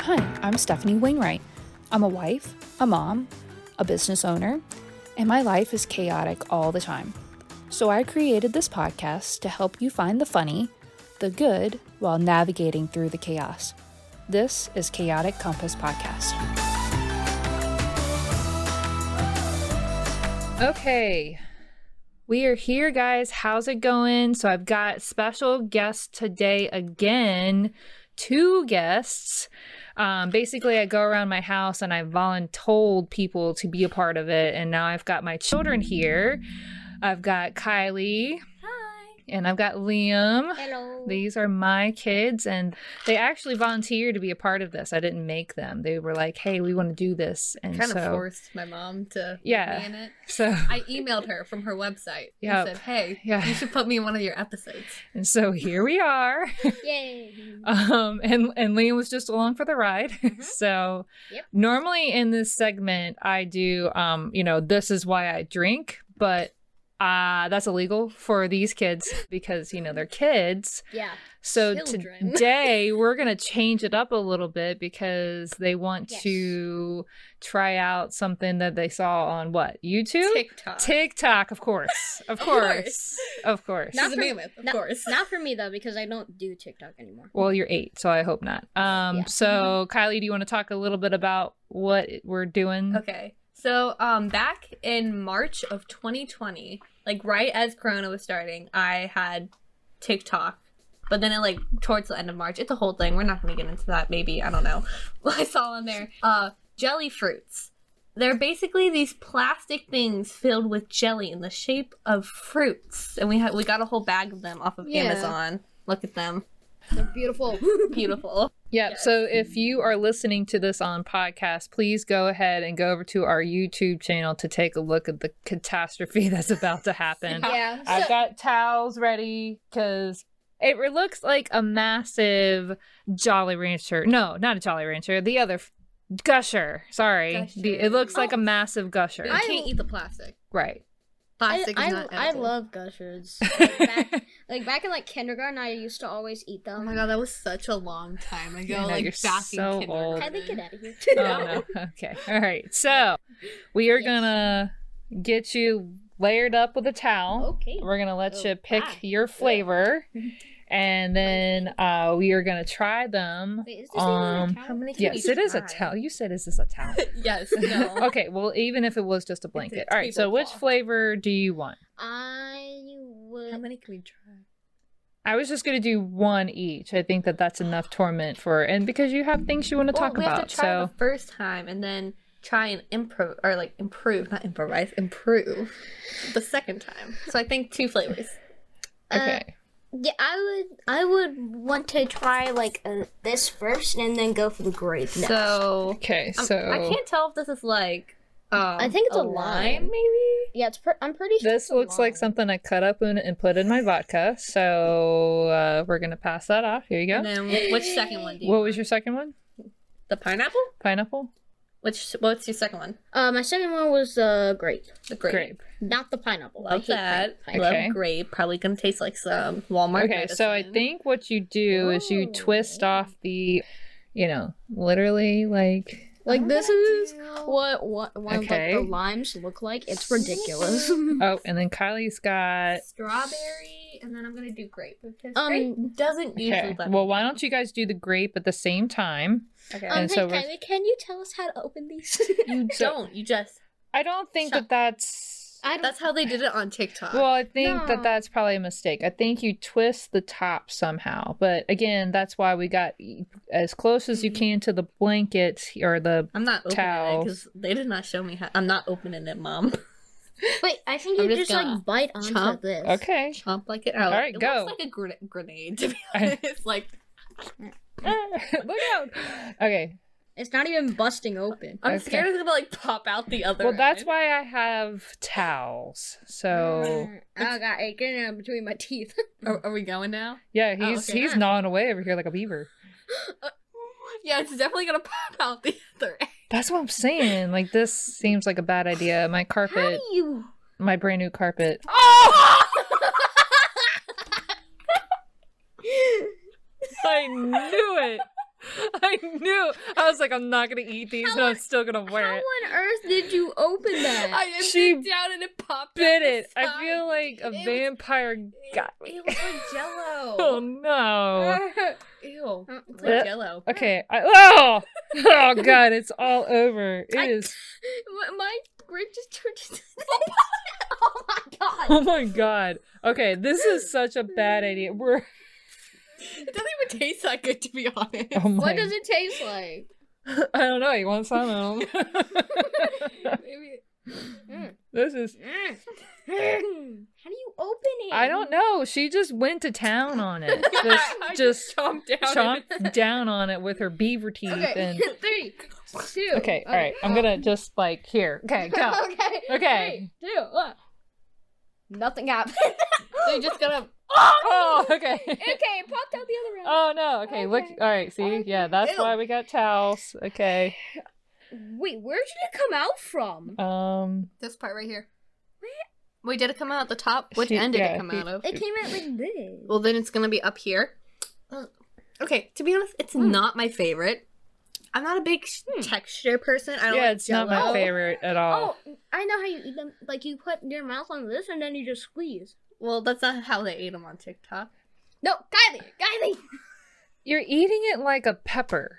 Hi, I'm Stephanie Wainwright. I'm a wife, a mom, a business owner, and my life is chaotic all the time. So I created this podcast to help you find the funny, the good, while navigating through the chaos. This is Chaotic Compass Podcast. Okay, we are here, guys. How's it going? So I've got special guests today again, two guests. Um, basically, I go around my house and I voluntold people to be a part of it, and now I've got my children here. I've got Kylie Hi. and I've got Liam. Hello. These are my kids, and they actually volunteered to be a part of this. I didn't make them. They were like, "Hey, we want to do this," and kind so of forced my mom to put Yeah. me in it. so I emailed her from her website Yep. and said, "Hey, Yeah. you should put me in one of your episodes." and so here we are. Yay! um and and liam was just along for the ride so Mm-hmm. Yep. normally in this segment i do um you know this is why i drink but uh that's illegal for these kids because you know they're kids Yeah. so Children. today we're going to change it up a little bit because they want Yes. to try out something that they saw on what youtube TikTok. tiktok of course of course course. of course She's Not a for- mammoth, of not, course. not for me though, because I don't do TikTok anymore. Well, you're eight, so I hope not. Um, Yeah. so Kylie, do you want to talk a little bit about what we're Mm-hmm. doing? Okay. So, um, back in March of 2020, like right as Corona was starting, I had TikTok. But then it like towards the end of March, it's a whole thing. We're not gonna get into that. Maybe I don't know. I saw on there uh, jelly fruits. They're basically these plastic things filled with jelly in the shape of fruits, and we had we got a whole bag of them off of Yeah. Amazon. Look at them, They're beautiful. beautiful. Yep. So if you are listening to this on podcast, please go ahead and go over to our YouTube channel to take a look at the catastrophe that's about to happen. yeah. I've So, got towels ready because it re- looks like a massive Jolly Rancher. No, not a Jolly Rancher. The other f- gusher. Sorry, The- it Gusher. looks like a Oh. massive gusher. You I- can't eat the plastic. right. I, Plastic is I, not. I edible. love gushers. Like back, like back in like kindergarten, I used to always eat Oh my them. god, that was such a long time ago. I know, like you're back so in kindergarten. old. Kylie, get out of here. oh no. Okay. All right. So we are Yes. gonna get you layered up with a towel. Okay. We're gonna let Oh, you pick ah, your flavor, and then uh, we are gonna try them. Wait, is this even Um, a How towel? many can Yes, we it is a try? towel. You said, "Is this a towel?" yes, no. okay. Well, even if it was just a blanket. All right. So, which tablecloth. flavor do you want? I How would. many can we try? I was just gonna do one each. I think that that's enough torment for, and because you have things you want to talk we about. have to try so the first time and then try and improv or like improve, not improvise, improve the second time. So I think two flavors. uh, okay. Yeah, I would. I would want to try like uh, this first, and then go for the grape next. So okay. I'm- So I can't tell if this is like um, I think it's a lime. maybe. yeah, it's. Per- I'm pretty. sure This it's a looks like lime. something I cut up and, and put in my vodka. So uh, we're gonna pass that off. Here you And go. then which second one do you What was your second one? the pineapple? Pineapple, Which what's your second one? Uh, my second one was the grape, The grape. grape. not the pineapple. I Love hate that. grape. Okay. Love grape. Probably gonna taste like some Walmart. Okay, so I medicine. think what you do is you Ooh. twist off the, you know, literally like. Like I'm this gonna is do- what what one Okay. of like, the limes look like. It's ridiculous. Hmm. Oh, and then Kylie's got. strawberry, and then I'm gonna do grape because Um, grape doesn't usually. Okay. let me Well, down. why don't you guys do the grape at the same time? Okay. Um, And so we're- Kylie, can you tell us how to open these? you so- don't. You just. I don't think that Shut- that's. I don't. That's how they did it on TikTok. Well, I think that No. that's probably a mistake. I think you twist the top somehow. But again, that's why we got e- as close as you Mm-hmm. Mhm. can to the blanket or the. I'm not opening it Towel. because they did not show me how. I'm not opening it, mom. Wait, I think I'm you just just, gonna like bite onto chomp. this. Okay. Chomp like it out. All right, it go. Looks like a gren- grenade. To be I- honest, like Look out. Okay. It's not even busting open. I'm Okay. scared it's gonna like pop out the other. Well, that's end. why I have towels. Mm. So I got it getting in between my teeth. Are, are we going now? yeah, Oh, he's okay. he's gnawing away over here like a beaver. Yeah, it's definitely gonna pop out the other. End. That's what I'm saying. Like this seems like a bad idea. My how carpet, do you? my brand new carpet. Oh! I knew it. I I knew. I was like, I'm not gonna eat these, but I'm still gonna How wear it. on earth did you open that? I just She reached down and it popped. Bit out the it. I side. feel like a It was- vampire got It, me. it was like Jello. Oh no. Ew. It's Uh, like Jello. Okay. I, oh. Oh god, it's all over. It I- is. My- My grid just turned into Oh my god. Oh my god. Okay, this is such a bad idea. We're. It doesn't even taste that good, to be honest. Oh my. What does it taste like? I don't know. You want some? of 'em? Maybe- hmm. this is. How do you open it? I don't know. She just went to town on it. Just, I just chomped down. and- chomped down on it with her beaver teeth. Okay. And Three, two. okay, all right. I'm gonna just like here. Okay, go. okay. Okay. Three, two, one. Nothing happened. So you just gotta. Oh, okay. okay, it popped out the other room. Oh no. Okay, look. Okay. All right. See, yeah, that's Ew. why we got towels. Okay. Wait, where did it come out from? Um. This part right here. Wait, did it come out at the top? Which She- end did yeah, it come he- out of? It came out like this. Well, then it's gonna be up here. Uh, Okay, to be honest, Hmm. it's not my favorite. I'm not a big sh- texture person. I don't Yeah, like it's not my Jell-O. favorite at all. Oh, I know how you eat them. Like you put your mouth on this and then you just squeeze. Well, that's not how they ate them on TikTok. No, Kylie, Kylie. You're eating it like a pepper.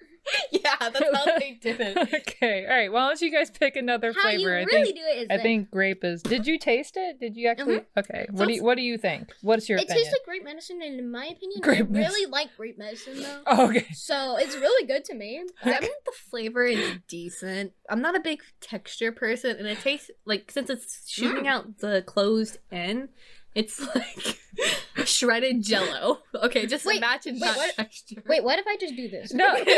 yeah, that's how they did it. okay. All right. Why don't you guys pick another How you flavor? I really think. do it is I this. think grape is. Did you taste it? Did you actually? Okay. What do you What do you think? What's your it opinion? tastes like grape medicine, and in my opinion, I Grape really like grape medicine though. oh, okay. So it's really good to me. I mean, the flavor is decent. I'm not a big texture person, and it tastes like since it's shooting out the closed end, it's like shredded Jello. Okay, just Wait, imagine wait, that what- texture. Wait, what if I just do this? No. Nerf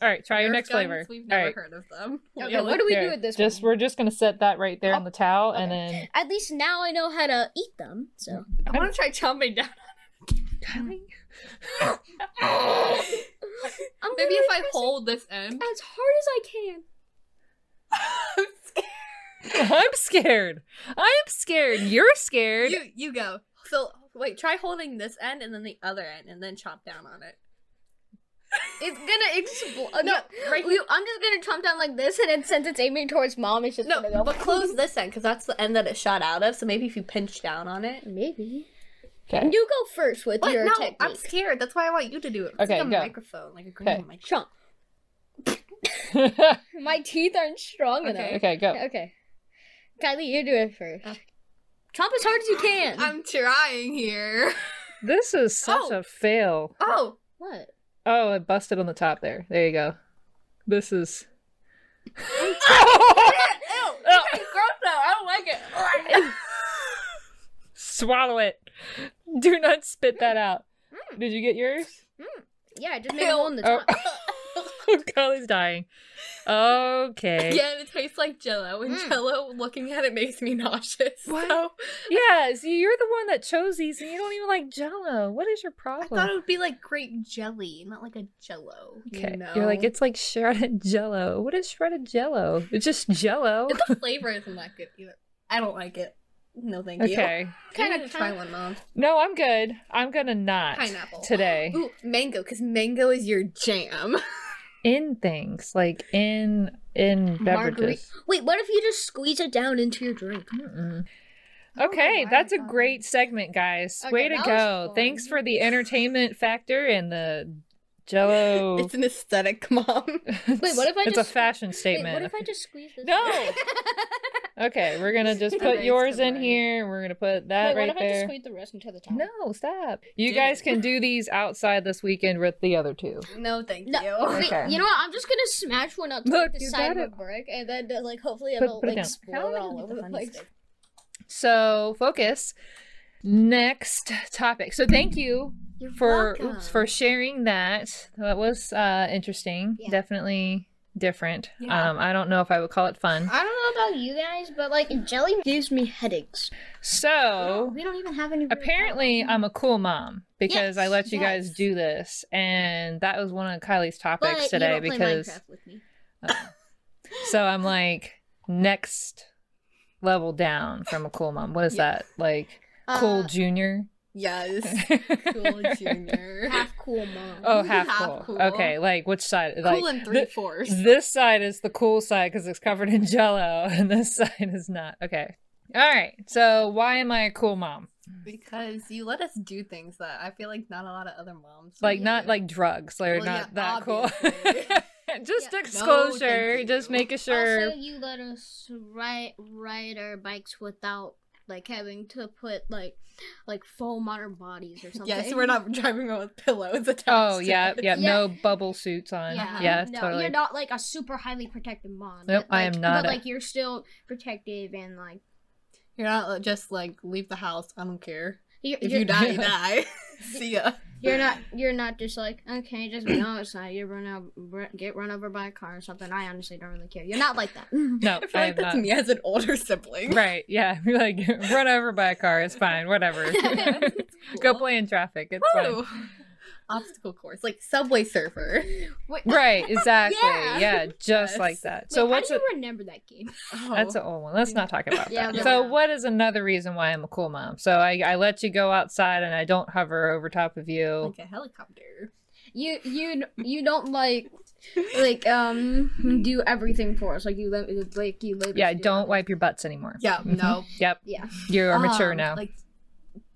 All right. Try your next guns, flavor. We've All never right. heard of them. Okay, what do we do Here, with this Just one? we're just gonna set that right there on the towel, and then At least now I know how to eat them. So I want to try chomping down. I'm Maybe gonna if I press it hold this end. as hard as I can. I'm scared. I'm scared. I'm scared. You're scared. You you go. So wait, try holding this end and then the other end, and then chomp down on it. It's gonna explode. Oh, No, No, right- you- I'm just gonna jump down like this, and then since it's aiming towards mom, it's just No, gonna go. but close this end because that's the end that it shot out of. So maybe if you pinch down on it. Maybe okay. you go first with What? your No, technique. I'm scared. That's why I want you to do it. It's Okay, like a go. microphone, like a green Okay. mic. Chomp. My teeth aren't strong Okay. enough. okay. Go. Okay. Uh. Kylie, you do it first. Chomp as hard as you can. I'm trying here. This is such Oh. a fail. Oh, what? Oh, it busted on the top there. There you go. This is. ew! Oh. It's gross though. I don't like it. Swallow it. Do not spit that out. Mm. Did you get yours? Yeah, just make a hole in the Oh. top. Carly's dying. Okay. Yeah, it tastes like Jello, and Mm. Jello looking at it makes me nauseous. What? So Yeah, see, you're the one that chose these, and you don't even like Jello. What is your I problem? thought it would be like grape jelly, not like a Jello. okay, you know? are like it's like shredded Jello. What is shredded Jello? It's just Jello. the flavor isn't that good either. I don't like it. No, thank you. Okay. Kind Kinda of try one, mom. No, I'm good. I'm gonna not Pineapple. today Ooh, mango, because mango is your jam. in things like in in beverages. Wait, what if you just squeeze it down into your drink? Mm-mm. Okay, my that's a God. great segment, guys. Okay, Way to that was go! fun. Thanks for the entertainment factor and the Jello. It's an aesthetic, mom. It's- what if I It's just- a fashion Wait, statement. what if I just squeeze this? No! Okay, we're gonna just put Erase yours the in right. here. We're gonna put that Wait, what right if I just there. squeeze the rest into the top? No, stop. You Did guys it. can do these outside this weekend with the other two. No, thank No, you. Wait, Okay. you know what? I'm just gonna smash one up to Look, like, the you side got of a it. brick, and then uh, like hopefully Put- it'll put it like down. explode all over the place. So focus. Next topic. So thank you for oops, for sharing that. That was uh, interesting. Yeah. Definitely different. Yeah. Um, I don't know if I would call it fun. I don't know about you guys, but like jelly gives me headaches. So we don't even have any. Oh. apparently, I'm a cool mom because I Yes, let you guys yes. do this, and that was one of Kylie's topics but today you don't because. play Minecraft with me. So I'm like next level down from a cool mom. What is that? Like cool Uh, junior? Yes. Cool Junior. Half cool mom. oh, half Half cool. cool. Okay, like which side? Like, cool and three thi- fourths. this side is the cool side because it's covered in jello, and this side is not. Okay. All right. So why am I a cool mom? Because you let us do things that I feel like not a lot of other moms. Like would not do. like drugs. They're Well, not yeah, that obviously. cool. just Yeah. disclosure. you. just making sure. Also, you let us ride ride our bikes without like having to put like like foam on our bodies or something. Yes, we're not driving around with pillows attached. oh to yeah, us. yeah. Yeah. No bubble suits on. Yeah, Yeah, no, totally. you're not like a super highly protective mom. Nope, but, I am like- not But a- like you're still protective and like You're not just like leave the house. I don't care. you're If you're, you die, you die. See ya. you're not you're not just like okay, just no, it's not. You run out, r- get run over by a car or something. I honestly don't really care. You're not like that. no, I feel like I'm that's not. me as an older sibling. Right. Yeah. You're like run over by a car. It's fine. Whatever. Go play in traffic. It's fine. Woo! Obstacle course, like Subway Surfer. Wait, Right. Exactly. yeah. Yeah. Just Yes. like that. wait, So how what's do a, you remember that game? Oh. that's an old one. Let's not talk about Yeah, that. but- So what is another reason why I'm a cool mom? So I, I let you go outside and I don't hover over top of you. like a helicopter. You you you don't like like um do everything for us like you let like you let yeah. us do don't everything. wipe your butts anymore. Yeah, Mhm. no. Yep. yeah You are mature Um, now. Like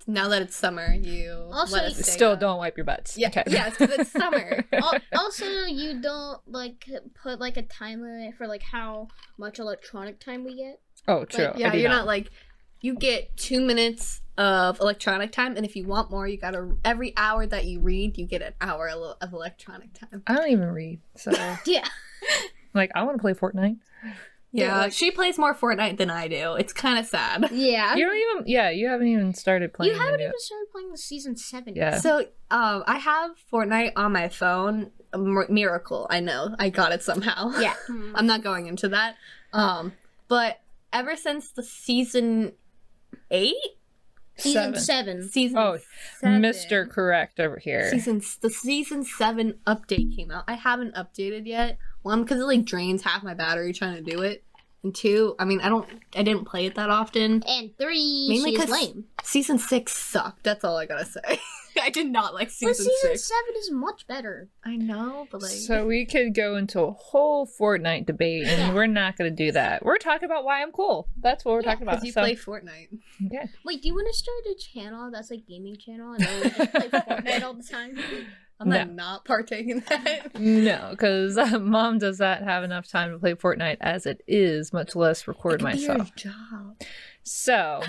now that it's summer, you Also, let us you- stay Still up. don't wipe your butts. Yeah, Okay. yeah, it's 'cause it's summer. Al- also you don't like put like a time limit for like how much electronic time we get oh, true. Like, yeah, you're not. like you get two minutes of electronic time, and if you want more, you gotta every hour that you read, you get an hour el- of electronic time. I don't even read. So yeah like, I want to play Fortnite. Yeah, she plays more Fortnite than I do. It's kind of sad. yeah You don't even. Yeah. You haven't even started playing. you the haven't new- even started playing the season seven Yeah. yet. So, um, I have Fortnite on my phone. A mir- miracle, I know. I got it somehow. yeah Mm. I'm not going into that. Um, but ever since the season eight, season Seven. seven season Oh, seven, Mr. Correct over here. season the season seven update came out. I haven't updated yet. One because it like drains half my battery trying to do it, and two, I mean, I don't, I didn't play it that often. and three Mainly she's 'cause lame Season six sucked. That's all I gotta say. I did not like but season, season six. seven is much better I know, but like, So we could go into a whole Fortnite debate, and Yeah. we're not going to do that. We're talking about why I'm cool. That's what we're Yeah, talking about. because you so- play Fortnite. okay. wait do you want to start a channel that's like gaming channel and then we just play fortnite all the time I'm No. not not partaking in that. No, because mom does not have enough time to play Fortnite as it is, much less record It could be your myself. job. So,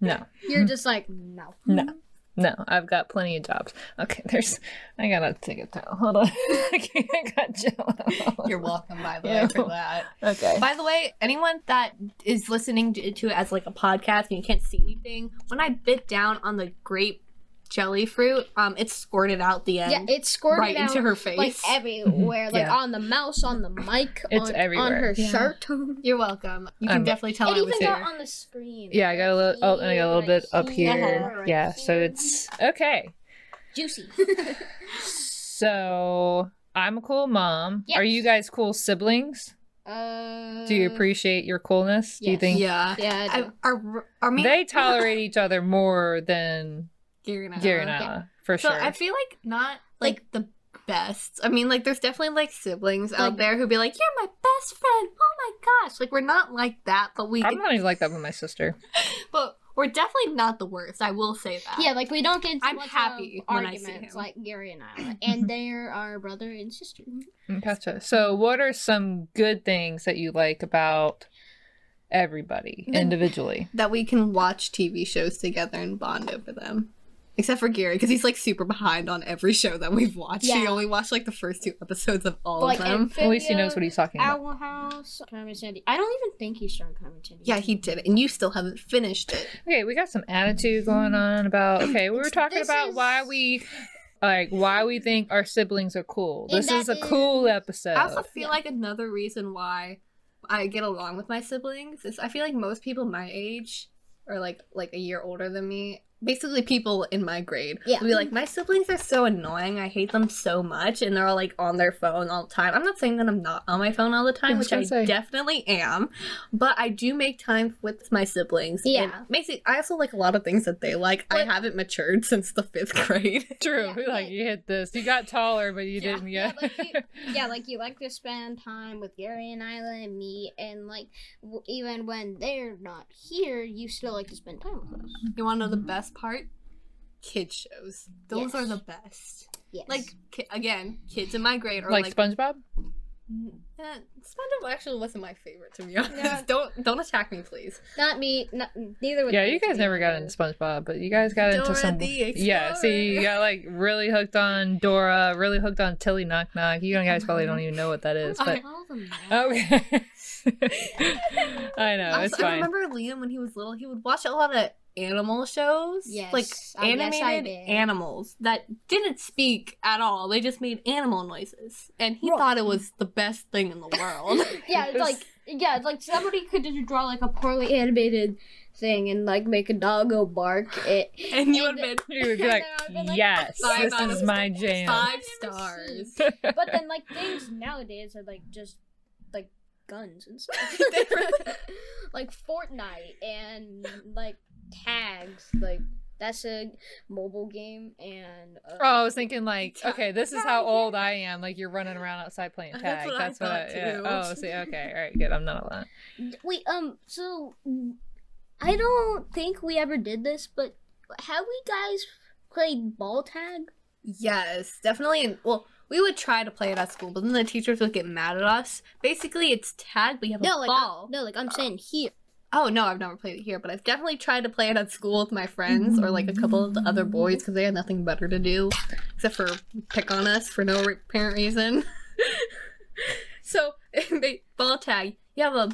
no. you're just like no No. No, I've got plenty of jobs. Okay, there's. I gotta take a towel. Hold on. I can't- I got jello. You're welcome, by the Yeah. way, for that. Okay. By the way, anyone that is listening to to it as like a podcast and you can't see anything, when I bit down on the grape jelly fruit, um, it squirted out the end yeah it squirted right out into her face. like everywhere, like Mm-hmm. Yeah. on the mouse, on the mic, It's on, on everywhere. her Yeah. shirt. You're welcome. You can I'm- definitely tell It I was even got here. on the screen. Yeah, I got a little. Oh, and I got a little bit up here. right Yeah, so here. it's okay. juicy. So I'm a cool mom. Yes. Are you guys cool siblings? uh, Do you appreciate your coolness? Do you yes. think Yeah. Yeah, I do. I, are are me they tolerate each other more than Gary and I. Gary and Okay. Ella, for Uh-huh. So sure? I feel like not like, the best. I mean, like there's definitely like siblings out Like- there who'd be like, "You're my best friend." Oh my gosh! Like we're not like that, but we I'm not even like that with my sister. but we're definitely not the worst. I will say that. yeah, like we don't get. into I'm much of happy when I arguments see him. like Gary and I, and they're our brother and sister. Gotcha. So, what are some good things that you like about everybody The- individually? that we can watch TV shows together and bond over them. Except for Gary, because he's like super behind on every show that we've watched. He Yeah. only watched like the first two episodes of all like of them. At least he knows what Amphibia, he's talking about. Owl House, Carmen Sandy. I don't even think he started Carmen Sandy. Yeah, he did it, and you still haven't finished it. Okay, we got some attitude going on about. Okay, we were talking this about why is- we. Like why we think our siblings are cool. And This is a that cool episode. I also feel like another reason why I get along with my siblings is I feel like most people my age or like like a year older than me basically people in my grade. Yeah. Would be like, my siblings are so annoying. I hate them so much, and they're all like on their phone all the time. I'm not saying that I'm not on my phone all the time, was which I gonna say. definitely am, but I do make time with my siblings. and Yeah. Basically, I also like a lot of things that they like. I What- haven't matured since the fifth grade. True. Yeah, like yeah. you hit this. You got taller, but you Yeah. didn't Yeah, yet. like yeah, like you like to spend time with Gary and Isla and me, and like w- even when they're not here, you still like to spend time with us. You want to know the best part? Kid shows. Those Yes. are the best. Yes. Like ki- again, kids in my grade are like, like SpongeBob. Mm, eh, SpongeBob actually wasn't my favorite to be honest. Yeah. Don't don't attack me, please. not me, not neither. Would Yeah, me, you to guys be never got into honest. SpongeBob, but you guys got into Dora some. the Yeah, see, you Explorer. got like really hooked on Dora, really hooked on Tilly Knock Knock. You guys probably don't even know what that is, but Oh, All of them. though. okay. I know Also, it's I fine. remember Liam when he was little, he would watch a lot of animal shows. Yes, Like I- yes, I animated did. animals that didn't speak at all. They just made animal noises. And he Yeah. thought it was the best thing in the world. yeah, it's like yeah, it's like somebody could just draw like a poorly animated thing and like make a dog go bark. It and you would And- have been you would be I like, know, I've been like, yes, five this out is of my jam. five I've never stars. But then like things nowadays are like just like guns and stuff. like Fortnite and like tags. Like that's a mobile game and uh, Oh, I was thinking like, okay, this is how Tag. old I am. Like you're running around outside playing tag. That's what I That's what. I, thought, yeah. too. Oh, see, okay, all right, good. I'm not alone. wait, um so I don't think we ever did this, but have we guys played ball tag? Yes, definitely. And well, we would try to play it at school, but then the teachers would get mad at us. Basically, it's tag. We have No, a like ball. I, no, like I'm saying here. Oh no, I've never played it here, but I've definitely tried to play it at school with my friends or like a couple of the other boys because they had nothing better to do except for pick on us for no re- apparent reason. so they ball tag. You have a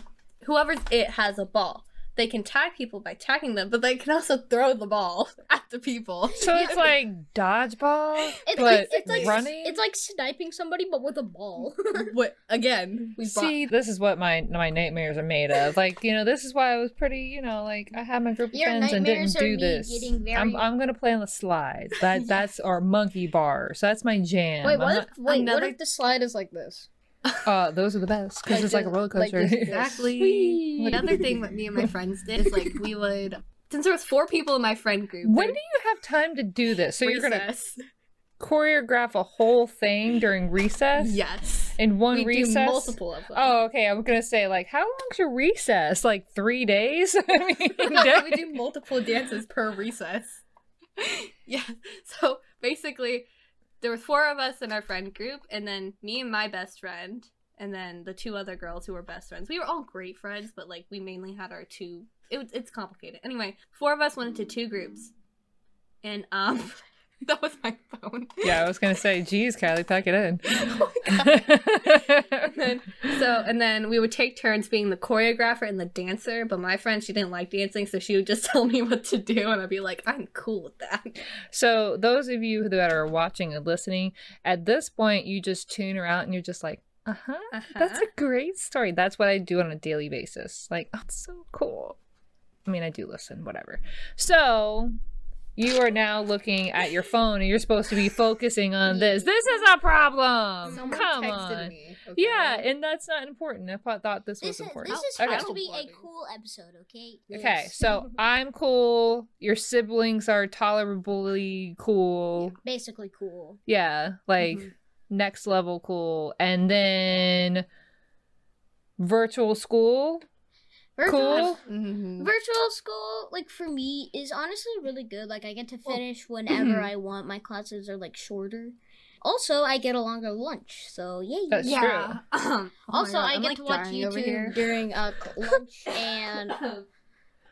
whoever's it has a ball. They can tag people by tagging them, but they can also throw the ball at the people. So it's like dodgeball, It's but like it's like running. it's like sniping somebody but with a ball. what again? We brought See, this is what my my nightmares are made of. Like, you know, this is why I was pretty, you know, like I had my group of Your friends and didn't nightmares are do me this. getting very- I'm I'm gonna play on the slides. That Yeah. that's our monkey bars. That's my jam. wait, I'm what not- if wait, Another- what if the slide is like this? uh, those are the best because Like it's like a this- roller like coaster. this- this. Exactly. Whee! Another thing that me and my friends did is like we would since there was four people in my friend group. when do you have time to do this? So you're gonna recess. choreograph a whole thing during recess. Yes. In one We recess. do multiple of them. Oh, okay. I'm gonna say like, how long's your recess? Like three days? I mean, we do multiple dances per recess. yeah. So basically, there was four of us in our friend group, and then me and my best friend, and then the two other girls who were best friends. We were all great friends, but like we mainly had our two. It, was- it's complicated. Anyway, four of us went into two groups, and um, that was my phone. yeah, I was gonna say, geez, Kylie, pack it in. Oh my God. and then so and then we would take turns being the choreographer and the dancer but my friend she didn't like dancing so she would just tell me what to do and i'd be like i'm cool with that so those of you that are watching and listening, at this point you just tune her out and you're just like, uh-huh. That's a great story. That's what I do on a daily basis. Like, oh, it's so cool. I mean, I do listen, whatever. So, you are now looking at your phone and you're supposed to be focusing on this. This is a problem. Someone Um, Come on. Yeah, and that's not important. I thought, thought this, This was is important. Oh, this is Okay. supposed to be a Paddleboarding. cool episode, okay? Okay, so I'm cool. Your siblings are tolerably cool. Basically cool. Yeah, like Mhm. Mm-hmm. next level cool. And then virtual school. Cool. Mhm. Virtual school, like for me, is honestly really good. Like I get to finish whenever I want. My classes are like shorter. Also, I get a longer lunch, so yay. That's Yeah. yeah Oh Also, I get to watch YouTube during uh, c- lunch, and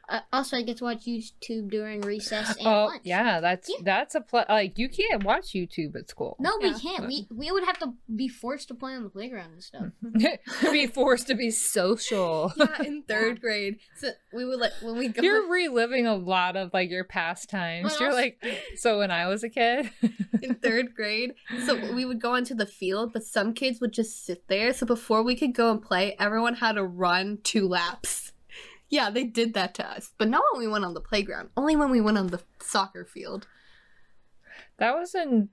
uh, also I get to watch YouTube during recess and Oh lunch. yeah, that's Yeah. that's a pl- like you can't watch YouTube at school. No, Yeah. we can't. We we would have to be forced to play on the playground and stuff. Mm-hmm. to be forced to be social. yeah in third grade so we would like when we go You're reliving a lot of like your pastimes. But You're also- like, so when I was a kid, in third grade. So we would go onto the field, but some kids would just sit there. So before we could go and play, everyone had to run two laps. Yeah, they did that to us, but not when we went on the playground. Only when we went on the soccer field. That was in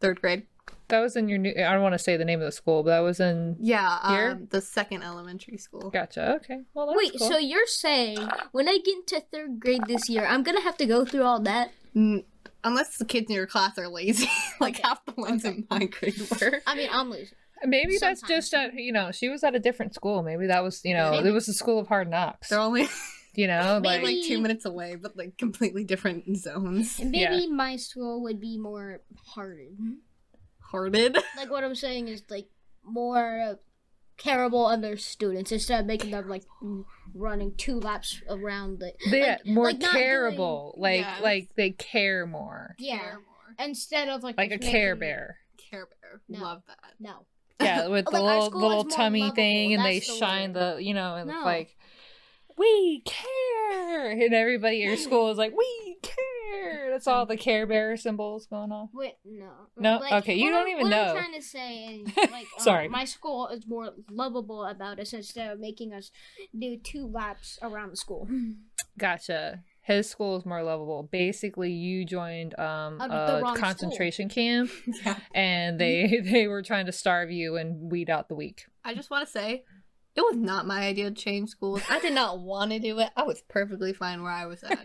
Third grade. that was in your new. I don't want to say the name of the school, but that was in. Yeah, Here? um, the second elementary school. Gotcha. Okay. Well, that's Wait, cool. so you're saying when I get into third grade this year, I'm gonna have to go through all that? N- unless the kids in your class are lazy, like half the ones in my grade were. I mean, I'm lazy. maybe that's sometimes. just a you know she was at a different school. Maybe that was you know Maybe. it was the school of hard knocks. They're only You know, like like, like two Maybe- minutes away, but like completely different zones. And maybe my school would be more hardened. Hearted. Like what I'm saying is like more terrible other students instead of making them like running two laps around the they like- more like not doing- terrible. like Yes. like they care more. yeah instead of like Like a just Care making- Bear. Care Bear. No. Love that. No, Yeah, with the Like, our little, the school little is more tummy lovable, thing, and they that's the shine word. the, you know, and No. it's like, we care, and everybody at your school is like, we care. That's all the Care Bear symbols going on. wait, no, No? Okay, you don't what I'm- even what know. I'm trying to say is like um, Sorry. my school is more lovable about us instead of making us do two laps around the school. Gotcha. His school is more lovable. Basically, you joined um, Uh, the a wrong school. concentration camp, Yeah. and they they were trying to starve you and weed out the weak. I just want to say, it was not my idea to change schools. I did not want to do it. I was perfectly fine where I was at.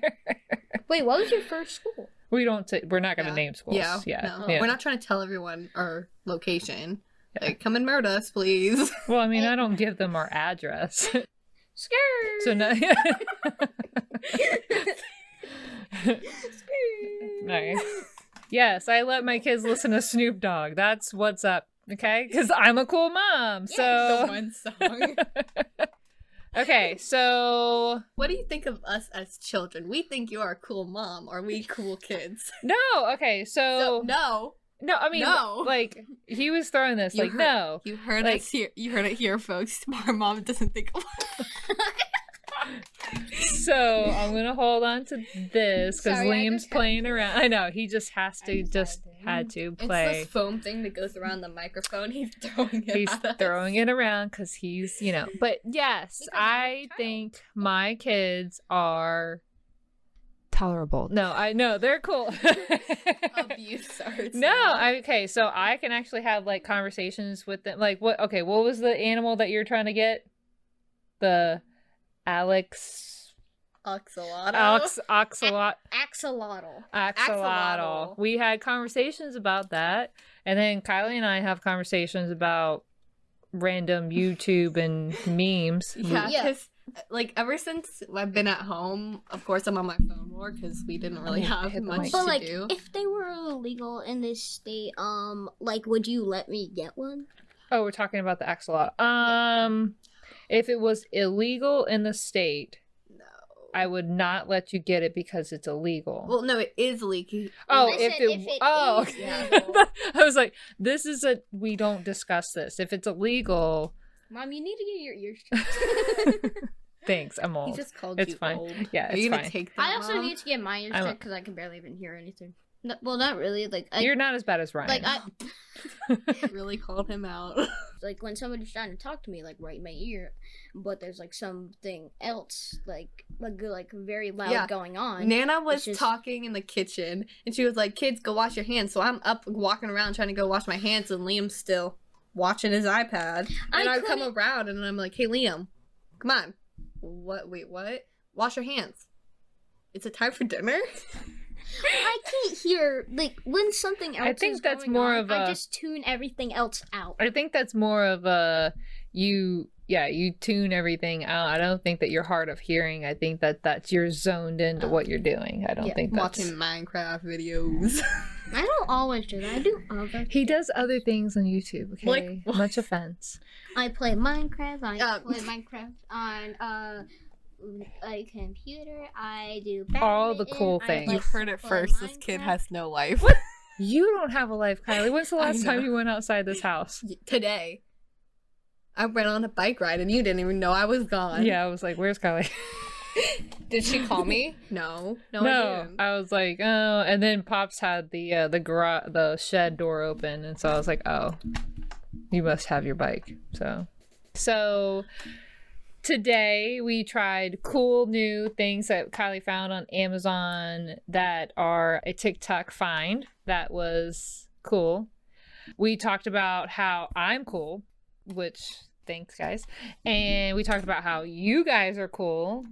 Wait, what was your first school? We don't. T- we're not going to Yeah. name schools. Yeah, no. yeah. We're not trying to tell everyone our location. Like, come and murder us, please. Well, I mean, I don't give them our address, Skirt. so no. Nice. Yes, I let my kids listen to Snoop Dogg. That's what's up. Okay, because I'm a cool mom. Yes. the So one song. okay, so what do you think of us as children? We think you are a cool mom. Are we cool kids? no, okay, So, so, no. no. I mean, No. like he was throwing this, You like heard- no, You heard Like- us here. You heard it here, folks. Our mom doesn't think. so I'm gonna hold on to this because Sorry, I Liam's just had playing around. I know he just has to, I just just had had to It's play. this foam thing that goes around the microphone. He's throwing it. He's at us. throwing it around because he's, you know. But yes, Because I'm a I child. think my kids are tolerable. No, I know they're Oh, cool. Abuse. sorry, No, sorry. I, okay, so I can actually have like conversations with them. Like, what? Okay, what was the animal that you're trying to get? The Alex Oxalotl. Alex Oxalot Axolotl. Axolotl. Axolotl. We had conversations about that, and then Kylie and I have conversations about random YouTube and memes. Yeah, Yeah. because like ever since I've been at home, of course I'm on my phone more because we didn't really Oh, have hit the much mic. to But like, do. if they were illegal in this state, um, like, would you let me get one? Oh, we're talking about the axolot. Um, if it was illegal in the state, No. I would not let you get it because it's illegal. well, no, it is leaky. Oh, I if said it, if it oh, is okay. legal. I was like, this is a we don't discuss this. If it's illegal, Mom, you need to get your ears thanks. I'm He old. just called Oh, It's you fine. old. Yeah, Are it's you gonna fine. take that? I also Mom? need to get my ears I'm- checked because I can barely even hear anything. No, well, not really. Like, I, You're not as bad as Ryan. like I, really called him out. like when somebody's trying to talk to me, like right in my ear, but there's like something else, like like go- like very loud Yeah. going on. Nana was just- talking in the kitchen and she was like, "Kids, go wash your hands." So I'm up walking around trying to go wash my hands, and Liam's still watching his iPad. I And I, come couldn't- around and I'm like, "Hey, Liam, come on." What? Wait, what? Wash your hands. It's a time for dinner. I can't hear like when something else. I think is that's going more on, of I a- just tune everything else out. I think that's more of a you. Yeah, you tune everything out. I don't think that you're hard of hearing. I think that that's you're zoned into Oh. what you're doing. I don't Yeah, think that's. Watching Minecraft videos. I don't always do that. I do other. He does other things on YouTube. Okay, Like what? much offense. I play Minecraft. I Um. play Minecraft on uh, a computer. I do All the badminton, cool I things. like You play Minecraft. no life. You don't have a life, Kylie. When's the I last time know. you went outside this house? Today, I went on a bike ride and you didn't even know I was gone. Yeah, I was like, "Where's Kylie?" Did she call me? No. No, I No, didn't. I was like, oh, and then pops had the uh, the gra- the shed door open, and so I was like, oh, you must have your bike. So, so today we tried cool new things that Kylie found on Amazon that are a TikTok find. That was cool. We talked about how I'm cool, which thanks guys. And we talked about how you guys are cool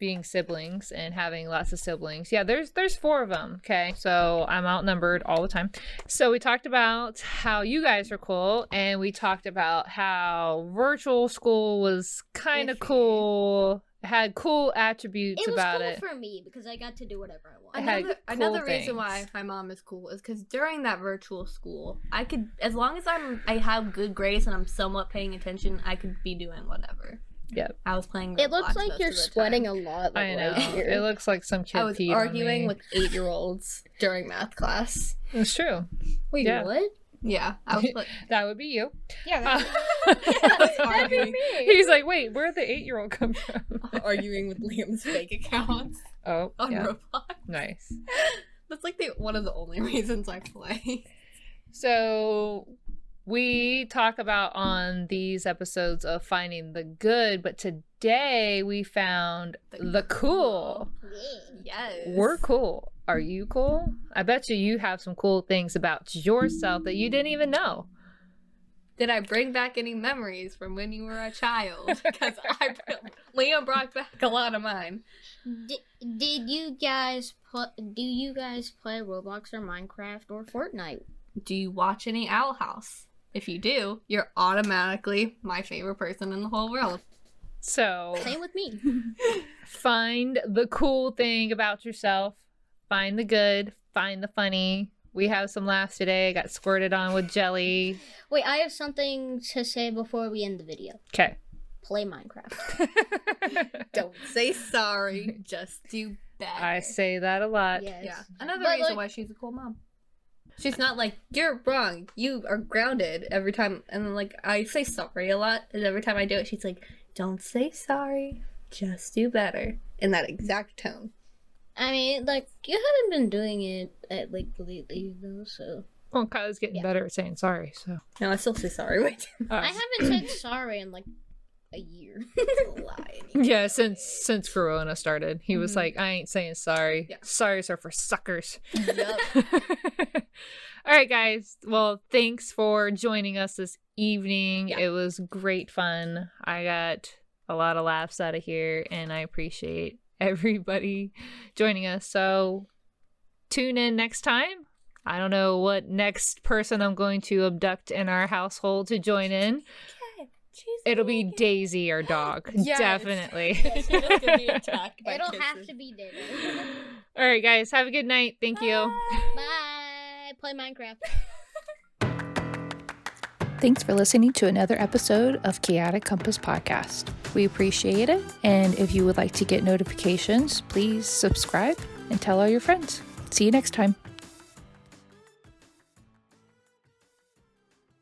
being siblings and having lots of siblings. Yeah, there's there's four of them, okay? So I'm outnumbered all the time. So we talked about how you guys are cool and we talked about how virtual school was kind of Iffy. cool, had cool attributes It was about cool it. for me because I got to do whatever I I want. had Another, cool another reason things. why my mom is cool is because during that virtual school, I could, as long as I'm, I have good grades and I'm somewhat paying attention, I could be doing whatever. Yep. I was playing. It looks Roblox like most you're of the time. sweating a lot. Like, I know. Right here. It looks like some kid I was peed on arguing me. with eight year olds during math class. It's true. Wait, yeah. what? Yeah, I was like, That would be you. Yeah, Uh, was that'd be arguing. me. He's like, wait, where'd the eight year old come from? arguing with Liam's fake accounts Oh, on yeah. Roblox. Nice. That's like the one of the only reasons I play. So we talk about on these episodes of finding the good, but today we found the cool. Yeah. Yes. We're cool. Are you cool? I bet you you have some cool things about yourself that you didn't even know. Did I bring back any memories from when you were a child? Because I Liam brought back a lot of mine. D- did you guys pl- do you guys play Roblox or Minecraft or Fortnite? Do you watch any Owl House? If you do, you're automatically my favorite person in the whole world. So Same with me. find the cool thing about yourself, find the good, find the funny. We have some laughs today. I got squirted on with jelly. Wait, I have something to say before we end the video. Okay. Play Minecraft. Don't say sorry, just do better. I say that a lot. yes. Yeah. Another But, reason like- why she's a cool mom. She's not like, you're wrong. You are grounded every time. And then, like, I say sorry a lot. And every time I do it, she's like, don't say sorry. Just do better. In that exact tone. I mean, like you haven't been doing it at like lately though, so Well, Kyle's getting Yeah. better at saying sorry, so. No, I still say sorry. Wait. Uh, I haven't said sorry in like a year. lying. Yeah, since since Corona started, he was Mhm. like, "I ain't saying sorry. Yeah. Sorries are for suckers." Yup. All right, guys. Well, thanks for joining us this evening. Yeah. It was great fun. I got a lot of laughs out of here, and I appreciate everybody joining us. So, tune in next time. I don't know what next person I'm going to abduct in our household to join in. It'll be Daisy, our dog. Yes. Definitely. It'll have to be there. All right, guys. Have a good night. Thank you. Bye. Play Minecraft. Thanks for listening to another episode of Chaotic Compass Podcast. We appreciate it. And if you would like to get notifications, please subscribe and tell all your friends. See you next time.